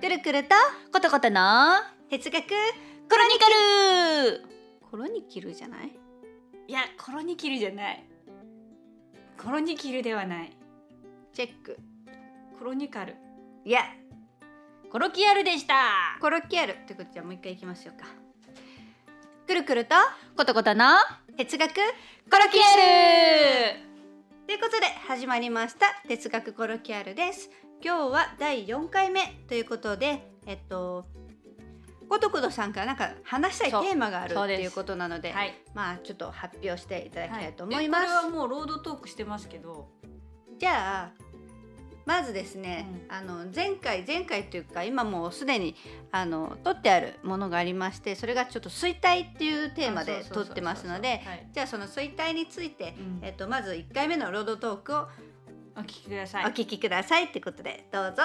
くるくるとコトコトの哲学コロニカルコロニキルじゃないいやコロニキルじゃないコロニキルではないチェックコロニカルいやコロキアルでしたコロキアルってことじゃもう一回いきましょうかくるくるとコトコトの哲学コロキアルということで始まりました哲学コロキアルです今日は第4回目ということでえっとごとくどさんからなんか話したいテそうーマがあるそうとですいうことなのではいまあちょっと発表していただきたいと思はいます、えこれはもうロードトークしてますけどじゃあまずですね、うんあの前回前回というか今もうすでにあの取ってあるものがありましてそれがちょっと衰退っていうテーマで取ってますのではいじゃあその衰退について、うんえっと、まず1回目のロードトークをお聞きくださおい聞きくださいってことでどうぞ。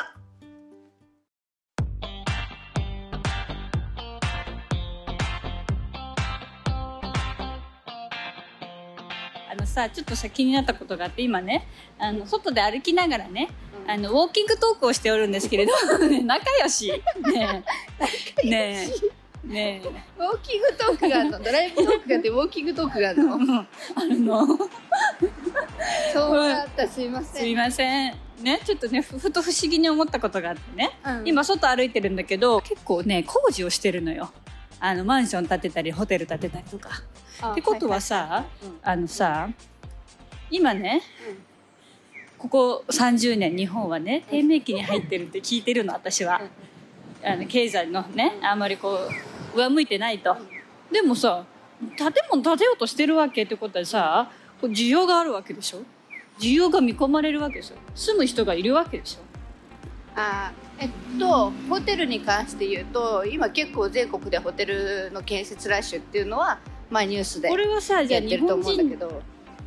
あのさちょっとさ気になったことがあって今ねあの外で歩きながらねあのウォーキングトークをしておるんですけ れどね仲良しねえねえねえウォーキングトークがあるのドライブトークがあってウォーキングトークがあるのうんあのそうだったすいますいませんねちょっとねふふと不思議に思ったことがあってねん今外歩いてるんだけど結構ね工事をしてるのよあのマンション建てたりホテル建てたりとかってことはさ、あのさ今ねここ30年日本はね低迷期に入ってるって聞いてるの私はあの経済のねあんまりこう上向いてないとでもさ建物建てようとしてるわけってことはさこう需要があるわけでしょ需要が見込まれるわけでしょ住む人がいるわけでしょあーえっとホテルに関して言うと今結構全国でホテルの建設ラッシュっていうのはまあニュースでこれはさじゃやあって日ると本思うんだけ人ど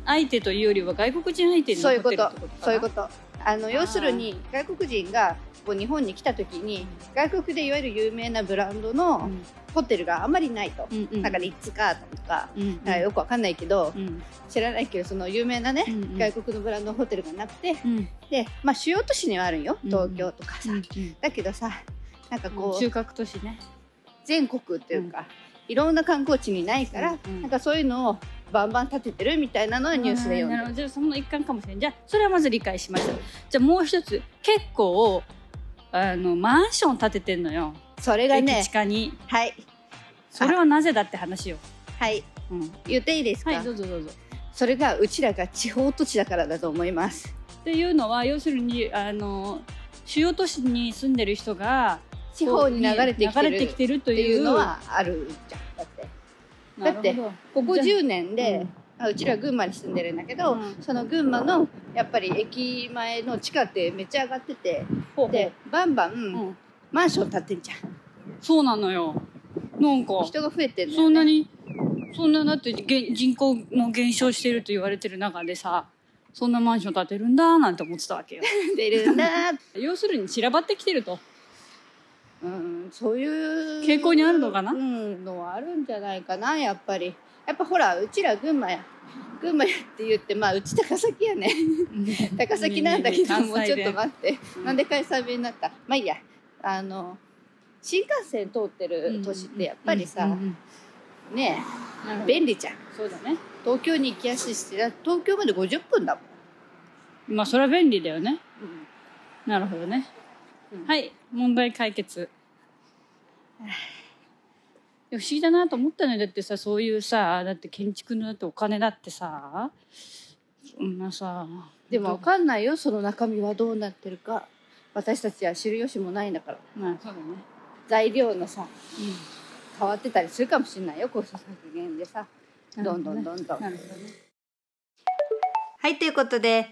相手というよりは外国人相手にそういう残こってるとってことかなそういうことあの要するに外国人がこう日本に来た時に外国でいわゆる有名なブランドうのんホテルがあんまりないと、うんうんなんかリッツ・カートンとかうんうんなんかよくわかんないけど、うん知らないけどその有名なね、うんうん外国のブランドのホテルがなくてうんで、まあ、主要都市にはあるんよ東京とかさ、うんだけどさなんかこう、中核都市ね全国っていうか、いろんな観光地にないから、うんうんなんかそういうのをバンバン立ててるみたいなのはニュースで読んなでるるほどじゃあその一環かもしれないじゃあそれはまず理解しましたじゃあもう一つ結構あのマンション建ててんのよそれが駅ね地下にはいそれはなぜだって話よ、はいうん、言っていいですか、はいどうぞどうぞそれがうちらが地方土地だからだと思いますっていうのは要するにあの主要都市に住んでる人が地方に流れてきて流るれてきってるといういうのはあるじゃんだってなだるほどってここ10年うでん、あうちら群馬に住んでるんだけど、うんその群馬のやっぱり駅前の地下ってめっちゃ上がっててほうほうでバンバン、うんマンション建ってんじゃそうなのよなんかん人が増えてるのよ、ね、そんなにそんなだってげん人口も減少してると言われてる中でさそんなマンション建てるんだなんて思ってたわ けよ出るん だーって要するに散らばってきてるとうん、そういう傾向にあるのかなうん、のはあるんじゃないかなやっぱりやっぱほらうちら群馬や群馬やって言ってまあうち高崎やね 高崎なんだけど、ねえねえもうちょっと待って、うんなんで関西弁になったまあいいやあの新幹線通ってる都市ってやっぱりさ、うんうんうんねなえるほど便利じゃんそうだね東京に行きやすいしだ東京まで50分だもん、まあそれは便利だよねうんなるほどね、うんはい問題解 決いや不思議だなと思ったのよだってさそういうさだって建築のだってお金だってさそんなさでもわかんないよその中身はどうなってるか私たちは知る由もないんだからまあそうだね、材料のさ変わってたりするかもしれないよコスト削減でさうんどんどんどんどん、なるほどねはいということで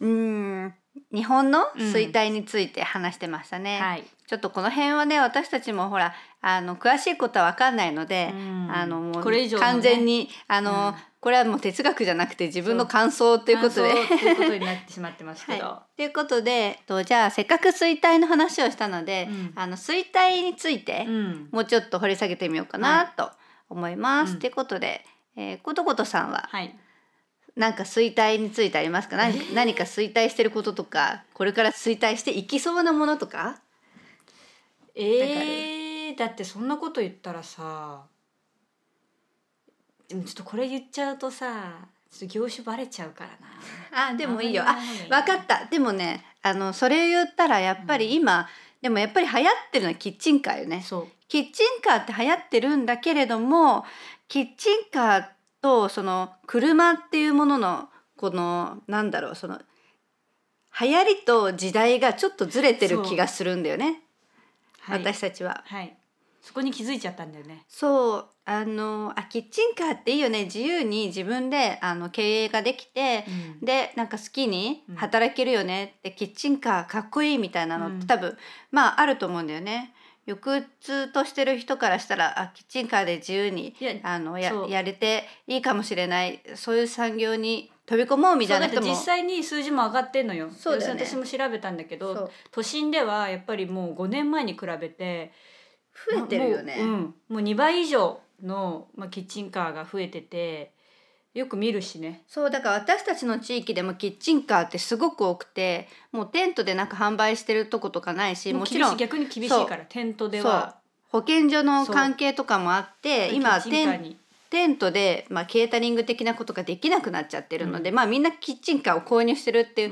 うーん日本の衰退について話してましたね、はい、ちょっとこの辺はね私たちもほらあの詳しいことは分かんないので、ああのもうこれ以上のね完全にあの、うんこれはもう哲学じゃなくて自分の感想ということで。感想ということになってしまってますはけいど、、ということでえっとじゃあせっかく衰退の話をしたので、うんあの衰退について、うんもうちょっと掘り下げてみようかなと思います。うんということで、えー、ことことさんははいなんか衰退についてありますか何か何か衰退してることとかこれから衰退していきそうなものとかえー、だってそんなこと言ったらさでもちょっとこれ言っちゃうとさちょっと業種バレちゃうからなあでもいいよんまあり言わない分方がかったでもねあのそれ言ったらやっぱり今、でもやっぱり流行ってるのはキッチンカーよねそうキッチンカーって流行ってるんだけれどもキッチンカーとその車っていうもののこのなんだろうその流行りと時代がちょっとずれてる気がするんだよね、はい、私たちは。はい、そこに気づいちゃったんだよねそうあのあキッチンカーっていいよね自由に自分であの経営ができて、うんでなんか好きにうん働けるよねって、キッチンカーかっこいいみたいなのって、うん多分まああると思うんだよね。抑うつとしてる人からしたらあキッチンカーで自由にいやあのやそうやれていいかもしれないそういう産業に飛び込もうみたそういだなって人も実際に数字も上がってんのよそうだよね要するに私も調べたんだけどそう都心ではやっぱりもう5年前に比べて増えてるよね。まあもう,、うん、もう2倍以上の、まあ、キッチンカーが増えててよく見るしねそうだから私たちの地域でもキッチンカーってすごく多くてもうテントでなんか販売してるとことかないしももうちろ厳しんい逆に厳しいからテントでは保健所の関係とかもあって今キッチンカテーンにテントで、まあ、ケータリング的なことができなくなっちゃってるので、まあ、みんなキッチンカーを購入してるっていう,、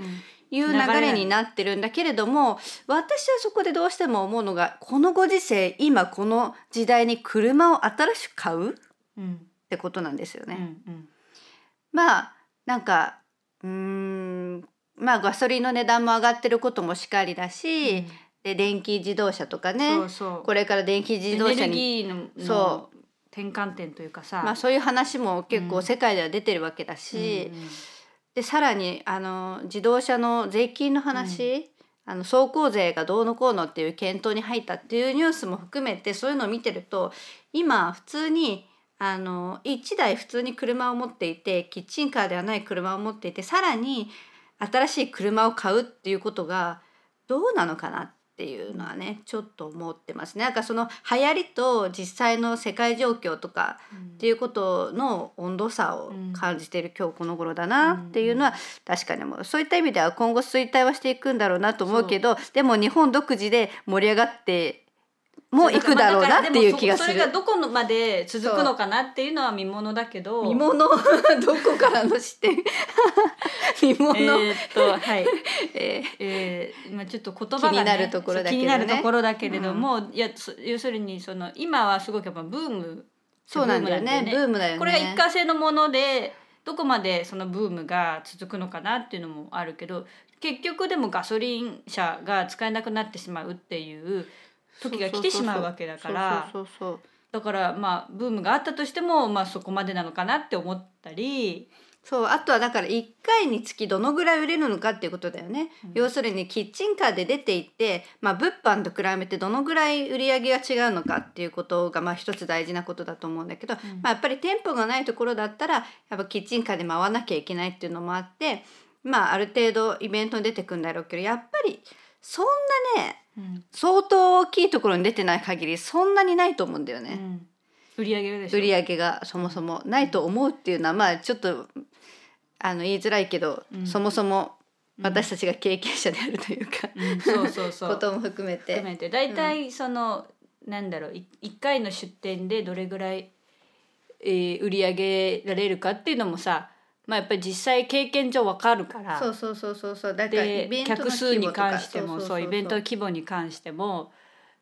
いう流れな流のれになってるんだけれども私はそこでどうしても思うのがこのご時世今この時代に車を新しく買うっうんてことなんですようね。んうんまあなんかうーんまあガソリンの値段も上がってることもしかりだし、うんで電気自動車とかねそうそうこれから電気自動車エネルにギーのその転換点というかさ、まあそういう話も結う構ん世界では出てるわけだし、うんうんでさらにあの自動車の税金の話、あの走行税がどうのこうのっていう検討に入ったっていうニュースも含めてそういうのを見てると今普通にあの1台普通に車を持っていてキッチンカーではない車を持っていてさらに新しい車を買うっていうことがどうなのかなっていうのはねちょっと思ってますね。なんかその流行りと実際の世界状況とかっていうことの温度差を感じている今日この頃だなっていうのは確かにもうそういった意味では今後衰退はしていくんだろうなと思うけどでも日本独自で盛り上がってもいくだろうなっていう気がすそれがる。どこのまで続くのかなっていうのは見ものだけど見物どこ からの視点見物、えーっとはい、えーえーまあ、ちょっと言葉が、ね、気になるところそだけどねう気になるところだけれども、いやそ要するにその今はすごくやっぱブームそうなんだよねブームだよね。これが一過性のものでどこまでそのブームが続くのかなっていうのもあるけど結局でもガソリン車が使えなくなってしまうっていう時が来てしまうわけだからそうそうそうだからまあブームがあったとしても、まあ、そこまでなのかなって思ったりそうあとはだから1回につきどのぐらい売れるのかっていうことだよね、うん要するにキッチンカーで出ていって、まあ、物販と比べてどのぐらい売り上げが違うのかっていうことがまあ一つ大事なことだと思うんだけど、んまあ、やっぱり店舗がないところだったらやっぱキッチンカーで回らなきゃいけないっていうのもあって、まあ、ある程度イベントに出てくんだろうけどやっぱりそんなね相当大きいところに出てない限りそんなにないと思うんだよね。うん売り上げがでしょ売り上げがそもそもないと思うっていうのはまあちょっとあの言いづらいけど、うんそもそも私たちが経験者であるというか、うんそうそうそこうとも含めて含めて大体その、なんだろうい一回の出店でどれぐらい、えー売り上げられるかっていうのもさまあやっぱり実際経験上わかるからそうそうそうそうそうだからイでベントの客数規模にとか関してもそうイベントの規模に関しても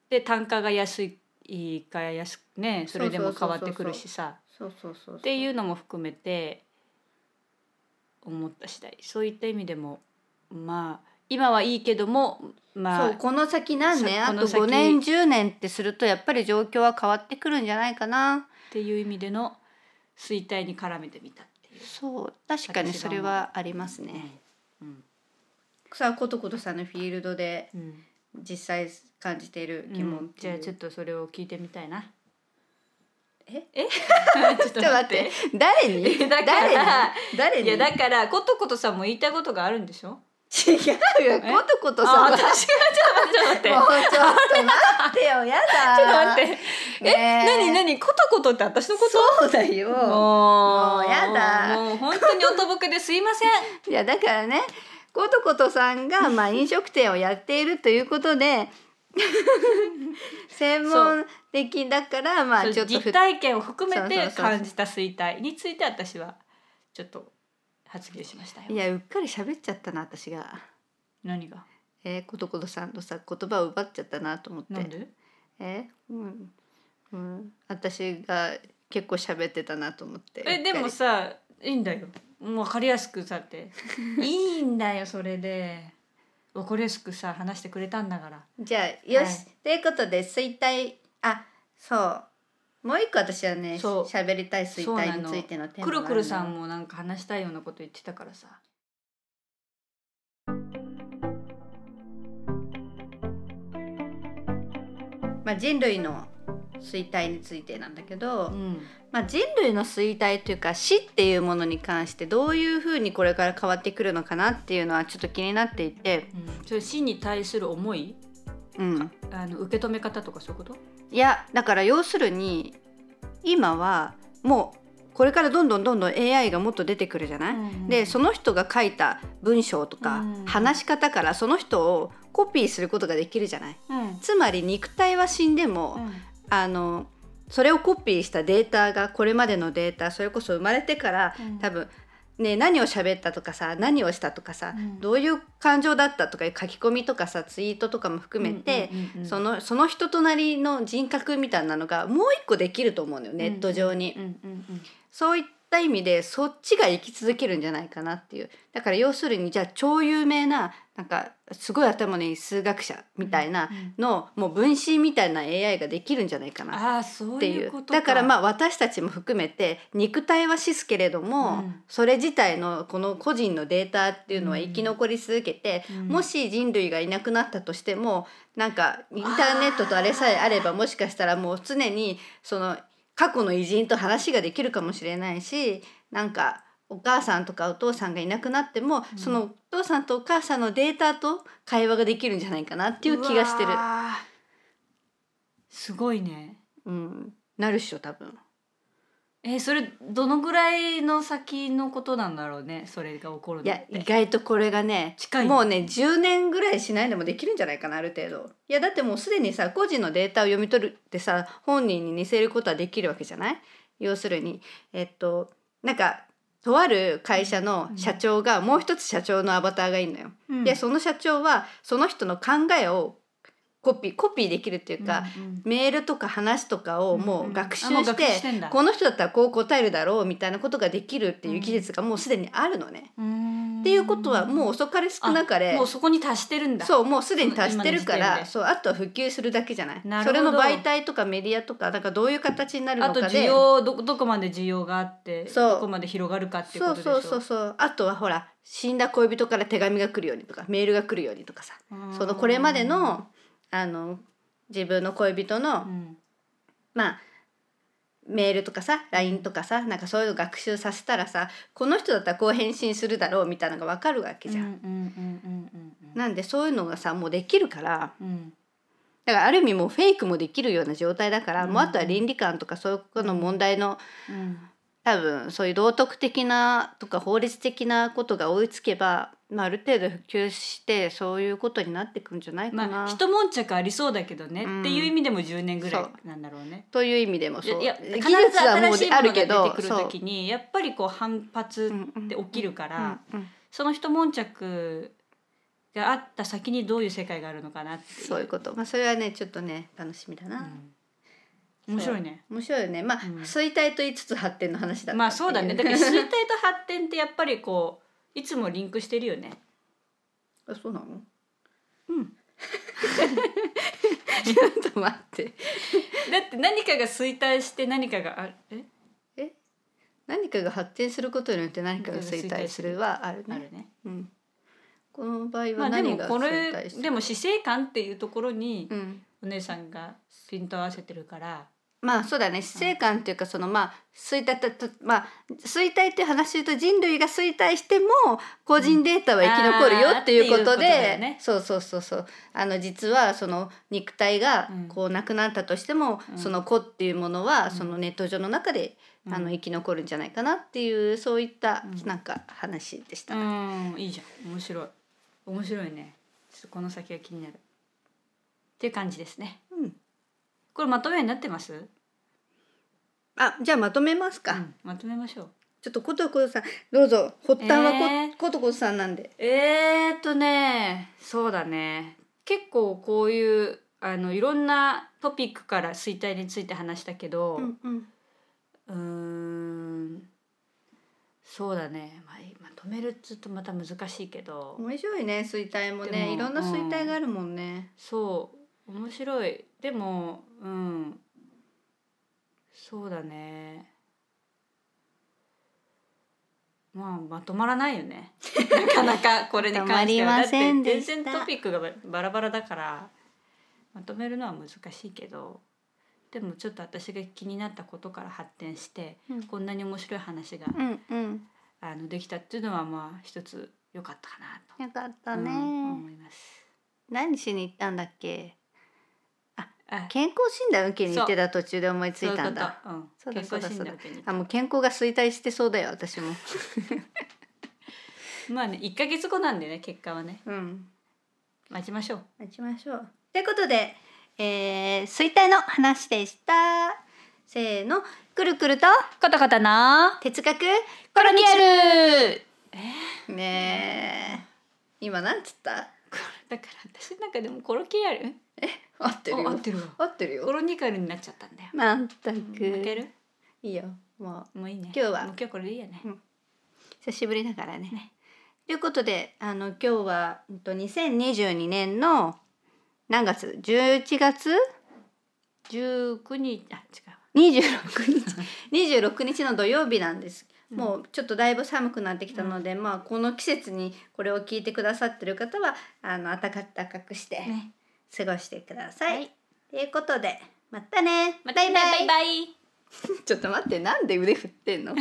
で単価が安いか安くねそれでも変わってくるしさそうそうそうそうっていうのも含めて思った次第そういった意味でもまあ今はいいけどもまそあうこの先何年さこあのと先5年10年ってするとやっぱり状況は変わってくるんじゃない かなっていう意味での衰退に絡めてみたっていう。そう確かにそれはありますねうんさあことことさんのフィールドでうん実際感じている疑問ってじいうゃあちょっとそれを聞いてみたいな。ええちょっ ちょっと待って。誰に だから誰に誰いにやだからことことさんも言いたいことがあるんでしょ。違うよえことことあさんはもう私ちょがちょっと待って。ちっょっ と待ってよやだと待って。え、ねえなになにことことって私のこと？そうだよももうやだもう本当におとぼけですいません。い やだからねことことさんがまあ飲食店をやっているということで専門的だからま あちょっと実体験を含めそうそうてそうそう感じた衰退について私はちょっと発言しましたよいやうっかり喋っちゃったな私が。何がえー、ことことさんのさ言葉を奪っちゃったなと思って。なんでえーうんうん、私が結構喋ってたなと思って。えでもさいいんだよもう分かりやすくさって いいんだよそれで分かりやすくさ話してくれたんだからじゃあよし、はいということで衰退あそうもう一個私はねそう喋りたい衰そうな退にのついてのテーマくがるあのくるさんもなんか話したいようなこと言ってたからさまあ、人類の衰退についてなんだけど、うんまあ、人類の衰退というか死っていうものに関してどういうふうにこれから変わってくるのかなっていうのはちょっと気になっていて、それ死に対する思いうん、あの受け止め方とかそういうこといやだから要するに今はもうこれからどんどんどんどん AI がもっと出てくるじゃない、でその人が書いた文章とかうん話し方からその人をコピーすることができるじゃないうんつまり肉体は死んでも、あのそれをコピーしたデータがこれまでのデータそれこそ生まれてからうん多分ね何を喋ったとかさ何をしたとかさ、うんどういう感情だったとかいう書き込みとかさツイートとかも含めて、うんうんうんうんそのその人となりの人格みたいなのがもう一個できると思うのよネット上に。うんうんうんそういった意味でそっちが生き続けるんじゃないかなっていうだから要するにじゃあ超有名ななんかすごい頭のいい数学者みたいなの、もう分身みたいな AI ができるんじゃないかなっああそうていういうことだからまああ私たちも含めて肉体は死すけれども、うんそれ自体のこの個人のデータっていうのはうん生き残り続けて、うんもし人類がいなくなったとしてもなんかインターネットとあれさえあればもしかしたらもう常にその過去の偉人と話ができるかもしれないしなんかお母さんとかお父さんがいなくなっても、そのお父さんとお母さんのデータと会話ができるんじゃないかなっていう気がしてる。うわーすごいねうん、なるっしょ多分。えーそれどのぐらいの先のことなんだろうねそれが起こるいのやって意外とこれがね近いもうね10年ぐらいしないでもできるんじゃないかなある程度いやだってもうすでにさ個人のデータを読み取るってさ本人に似せることはできるわけじゃない要するにえっとなんかとある会社の社長が、もう一つ社長のアバターがいるのよ、うんでその社長はその人の考えをコピーコピーできるっていうか、うんうんメールとか話とかをもう学習あもうし学て,、習してんだこの人だったらこう答えるだろうみたいなことができるっていう技術がもうすでにあるのね。うーんっていうことはもう遅かれ少なかれもうそこに達してるんだそうもうすでに達してるか今の時点らでそうあとは普及するだけじゃないなるそほどれの媒体とかメディアとかなんかどういう形になるのあかとで需要どどこまで需要があってそうどこまで広がるかっていうそことでうしょそうそうそうあとはほら死んだ恋人から手紙が来るようにとかメールが来るようにとかさうんそのこれまでのあの自分の恋人の、うんまあメールとかさ LINE とかさなんかそういうの学習させたらさこの人だったらこう返信するだろうみたいなのが分かるわけじゃん。うんうんうんうんうんなんでそういうのがさもうできるから。うんだからある意味もうフェイクもできるような状態だから、うんもうあとは倫理観とかそういうことの問題のうん多分そういう道徳的なとか法律的なことが追いつけば、まあ、ある程度普及してそういうことになっていくんじゃないかな、まあ一悶着ありそうだけどね、うんっていう意味でも10年ぐらそいなんだろうね。という意味でもいそやういや技必術ずはも新うしいもあのるが出けどてくるそう時にやっぱりこう反発って起きるから、うんうんその一悶着があった先にどういう世界があるのかなっていう。そういうこと、まあ、それはねちょっとね楽しみだうな、ん面白いね。面白いよねまあ、うん衰退と言いつつ発展の話だったっていまあそうだね。だから衰退と発展ってやっぱりこういつもリンクしてるよ ね。あそうなのうん ちょっと待ってだって何かが衰退して何かがあえ何かが発展することによって何かが衰退するはあるあね。るね。うん、この場合まはあでも何がこ衰れ退してでる、も死生観っていうところにうん、お姉さんがピント合わせてるから。まあそうだね死生観っていうかそのまあ衰退たたまあ衰退っていう話で言うと人類が衰退しても個人データは生き残るよっていうことうんあーっていうことだで、よねそうそうそうそうあの実はその肉体がこうなくなったとしても、うんその子っていうものはんそのネット上の中で、あの生き残るんじゃないかなっていうそういったうんなんか話でした。うんいいじゃん面白い面白いねちょっとこの先が気になるっていう感じですね。うんこれまとめになってます、あじゃあまとめますか、うんまとめましょう。ちょっとことことさんどうぞ発端はこ,、えーことことさんなんでえー、っとねそうだね結構こういうあのいろんなトピックから衰退について話したけど、うんうーんそうだね、まあ、今止めるっつうとまた難しいけど、面白いね衰退もでねもいろんな衰退があるもんね、そう面白いでもうんそうだねまあまとまらないよねなかなかこれに関してはまとまりませんでだって全した然トピックがばバラバラだからまとめるのは難しいけどでもちょっと私が気になったことから発展して、うんこんなに面白い話が、うんうんあのできたっていうのはまあ一つ良かったかなと、よかったうね、ん思います。何しに行ったんだっけあ健康診断受けに行ってた途中で思いついたんだそういうこと。うん、健康診断受けに行ったあもう健康が衰退してそうだよ 私もまあね一ヶ月後なんでね結果はねうん待ちましょう。待ちましょうということで、えー、衰退の話でしたせーのくるくるとことことな哲学コロニエル。ねえ今なんつっただから私なんかでもコロキアル。合ってるお合よってるわ。合ってるコよロニカルになっちゃったんだよ。まった負けくる？いいよもうもういいね。今日はもう今日これでいいよね。久しぶりだからね。ということであの今日はうんと2022年の何月11月十九日あ違う。 26日 26日の土曜日なんです。もうちょっとだいぶ寒くなってきたので、まあこの季節にこれを聞いてくださってる方はあの暖か暖かくしてね過ごしてください。と、いうことでまたねまたねバイバイ。ちょっと待ってなんで腕振ってんの